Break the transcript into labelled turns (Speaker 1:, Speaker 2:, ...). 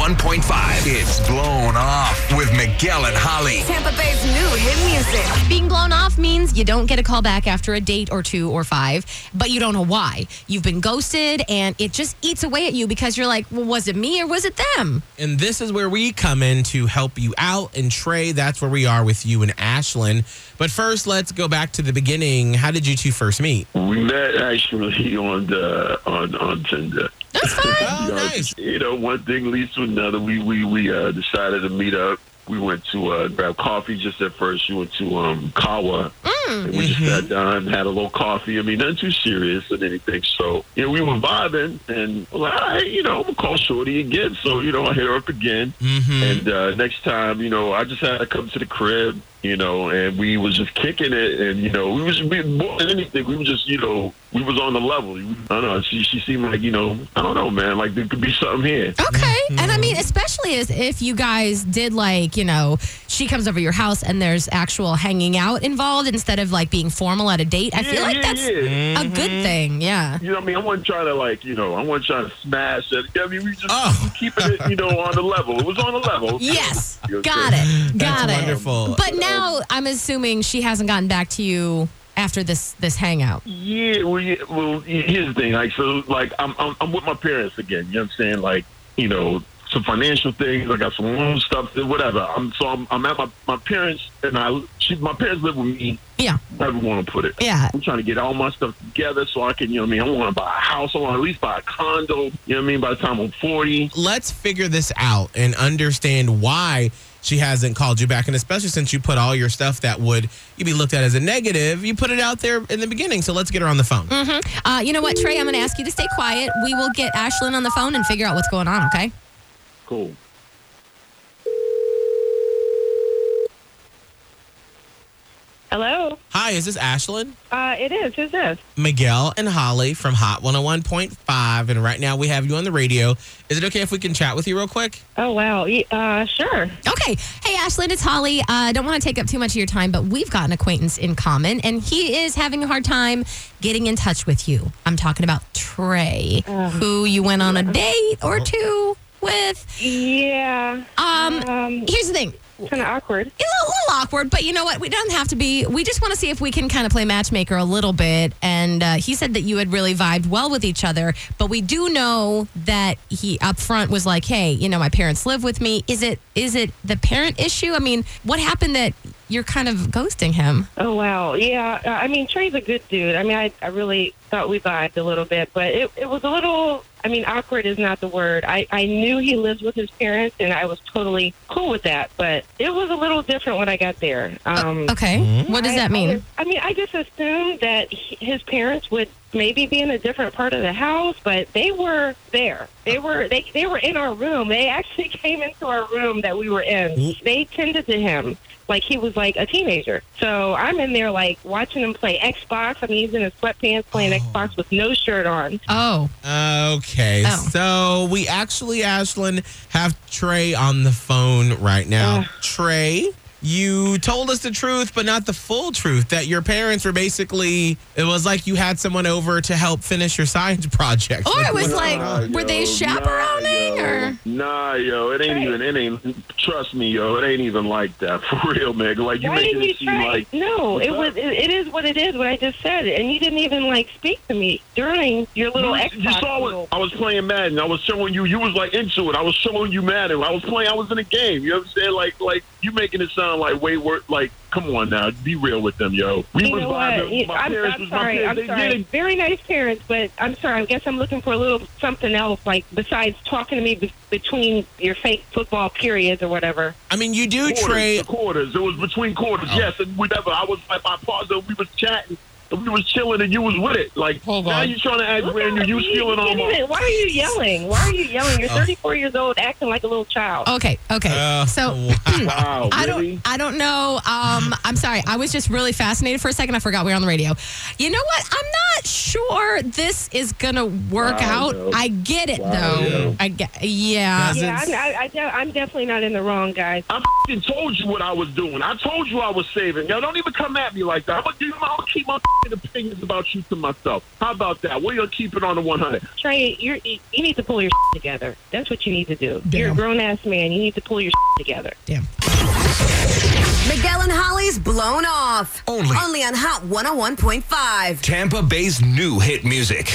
Speaker 1: 101.5. It's Blown Off with Miguel and Holly.
Speaker 2: Tampa Bay's new hit music.
Speaker 3: Being blown off means you don't get a call back after a date or two or five, but you don't know why. You've been ghosted and it just eats away at you because you're like, well, was it me or was it them?
Speaker 4: And this is where we come in to help you out. And Trey, that's where we are with you and Ashlyn. But first, let's go back to the beginning. How did you two first meet?
Speaker 5: We met actually on the on on Tinder.
Speaker 3: That's fine.
Speaker 4: Oh,
Speaker 5: You know,
Speaker 4: nice.
Speaker 5: You know, one thing leads to another. We we we uh, decided to meet up. We went to uh, grab coffee just at first. We went to um, Kawa.
Speaker 4: Mm.
Speaker 5: And we just sat down, had a little coffee. I mean, nothing too serious and anything. So, you know, we were vibing, and we're like, all right, you know, I'm gonna call Shorty again. So, you know, I hit her up again. And uh, next time, you know, I just had to come to the crib, you know, and we was just kicking it, and you know, we was we, more than anything, we was just, you know, we was on the level. I don't know. She she seemed like, you know, I don't know, man. Like there could be something here.
Speaker 3: Okay. And I mean, especially as if you guys did like, you know, she comes over your house and there's actual hanging out involved instead of like being formal at a date. I feel
Speaker 5: yeah,
Speaker 3: like
Speaker 5: yeah,
Speaker 3: that's
Speaker 5: yeah. Mm-hmm.
Speaker 3: a good thing. Yeah.
Speaker 5: You know what I mean? I wasn't trying to like, you know, I wasn't trying to smash it. I mean, we just
Speaker 4: Oh.
Speaker 5: keeping it, you know, on the level. It was on the level.
Speaker 3: Yes.
Speaker 5: You're
Speaker 3: Got it. Got
Speaker 4: That's
Speaker 3: it.
Speaker 4: wonderful.
Speaker 3: But now I'm assuming she hasn't gotten back to you after this this hangout.
Speaker 5: Yeah, well, yeah, well, yeah, here's the thing. Like, so, like, I'm, I'm, I'm with my parents again. You know what I'm saying? Like, you know, some financial things. I got some loan stuff, whatever. I'm so I'm, I'm at my, my parents, and I, she, my parents live with me.
Speaker 3: Yeah.
Speaker 5: However you want to put it.
Speaker 3: Yeah.
Speaker 5: I'm trying to get all my stuff together so I can, you know what I mean? I want to buy a house. I want to at least buy a condo. You know what I mean? By the time I'm 40.
Speaker 4: Let's figure this out and understand why she hasn't called you back. And especially since you put all your stuff that would you be looked at as a negative, you put it out there in the beginning. So let's get her on the phone.
Speaker 3: Uh, you know what, Trey? I'm going to ask you to stay quiet. We will get Ashlyn on the phone and figure out what's going on, okay?
Speaker 5: Cool.
Speaker 6: Hello.
Speaker 4: Hi, is this Ashlyn?
Speaker 6: Uh, it is. Who's this?
Speaker 4: Miguel and Holly from Hot 101.5. And right now we have you on the radio. Is it okay if we can chat with you real quick?
Speaker 6: Oh wow. Ye- Uh, sure.
Speaker 3: Okay. Hey, Ashlyn, it's Holly. Uh, I don't want to take up too much of your time, but we've got an acquaintance in common, and he is having a hard time getting in touch with you. I'm talking about Trey, who you went on a date or two with.
Speaker 6: Yeah.
Speaker 3: Um,
Speaker 6: Um,
Speaker 3: here's the thing.
Speaker 6: kind of awkward.
Speaker 3: It's a little awkward, but you know what? We don't have to be. We just want to see if we can kind of play matchmaker a little bit. And uh, he said that you had really vibed well with each other, but we do know that he up front was like, "Hey, you know, my parents live with me. Is it is it the parent issue? I mean, what happened that you're kind of ghosting him?"
Speaker 6: Oh wow. Yeah. Uh, I mean, Trey's a good dude. I mean, I, I really thought we vibed a little bit, but it, it was a little. I mean, awkward is not the word. I, I knew he lives with his parents, and I was totally cool with that. But it was a little different when I got there. Um,
Speaker 3: Okay, what does
Speaker 6: I
Speaker 3: that mean?
Speaker 6: always- I mean, I just assumed that he, his parents would maybe be in a different part of the house, but they were there. They were they they were in our room. They actually came into our room that we were in. They tended to him like he was like a teenager. So I'm in there like watching him play Xbox. I mean, he's in his sweatpants
Speaker 5: Oh.
Speaker 6: playing Xbox with no shirt on.
Speaker 3: Oh,
Speaker 4: Okay. So we actually, Ashlyn, have Trey on the phone right now. Trey, you told us the truth, but not the full truth that your parents were basically, it was like you had someone over to help finish your science project.
Speaker 3: or it was
Speaker 5: Nah,
Speaker 3: like, were
Speaker 5: yo,
Speaker 3: they chaperoning
Speaker 5: nah, yo.
Speaker 3: or?
Speaker 5: Nah, yo, it ain't even. It ain't. Trust me, yo, it ain't even like that for real, man. Like you
Speaker 6: Why
Speaker 5: making
Speaker 6: didn't you
Speaker 5: it seem
Speaker 6: try?
Speaker 5: like
Speaker 6: no,
Speaker 5: What's
Speaker 6: it
Speaker 5: up?
Speaker 6: was it, it is what it is. What I just said, and you didn't even like speak to me during your little
Speaker 5: you,
Speaker 6: Xbox.
Speaker 5: you saw
Speaker 6: little-
Speaker 5: it. I was playing Madden. I was showing you. You was like into it. I was showing you Madden. I was playing. I was in a game. You know what I'm saying? Like, like you making it sound like way worse. Like, come on now, be real with them, yo. We
Speaker 6: You
Speaker 5: was
Speaker 6: know
Speaker 5: vibing.
Speaker 6: what? You-
Speaker 5: My
Speaker 6: I'm,
Speaker 5: parents
Speaker 6: I'm
Speaker 5: was my
Speaker 6: sorry.
Speaker 5: parents.
Speaker 6: I'm
Speaker 5: They
Speaker 6: sorry.
Speaker 5: did it.
Speaker 6: Very nice parents, but I'm sorry. I guess I'm looking for a little something else, like besides talking to me be- between your fake football periods or whatever.
Speaker 4: I mean, you Oh. do,
Speaker 5: Quarters,
Speaker 4: Trey.
Speaker 5: the quarters. It was between quarters. Yes, and whatever. I was at my partner. We was chatting. and We was chilling, and you was with it. Like
Speaker 4: Hold
Speaker 5: now,
Speaker 4: on.
Speaker 5: you trying to act brand new. You was feeling
Speaker 6: can't
Speaker 5: on my.
Speaker 6: even- Why are you yelling? Why are you yelling? You're
Speaker 4: Oh.
Speaker 6: 34 years old, acting like a little child.
Speaker 3: Okay, okay.
Speaker 4: Uh,
Speaker 3: so
Speaker 5: Wow,
Speaker 3: I
Speaker 5: really?
Speaker 3: don't I don't know. Um, I'm sorry. I was just really fascinated for a second. I forgot we were on the radio. You know what? I'm not sure this is gonna work
Speaker 5: Wow,
Speaker 3: out.
Speaker 5: yo.
Speaker 3: I get it
Speaker 5: Wow,
Speaker 3: though.
Speaker 5: yo.
Speaker 3: I get yeah.
Speaker 4: Does it-
Speaker 6: Yeah, I'm, I, I, de- I'm definitely not in the wrong, guys.
Speaker 5: I fing told you what I was doing. I told you I was saving. Yo, don't even come at me like that. I'm gonna, do, I'm gonna keep my opinions about you to myself. How about that? We're gonna keep it on the 100.
Speaker 6: Trey, you're, you you need to pull your together. That's what you need to do. You're
Speaker 7: Damn.
Speaker 6: a grown ass man. You need to pull your together.
Speaker 7: Damn.
Speaker 2: Miguel and Holly's Blown Off.
Speaker 1: Only.
Speaker 2: oh Only on Hot 101.5.
Speaker 1: Tampa Bay's new hit music.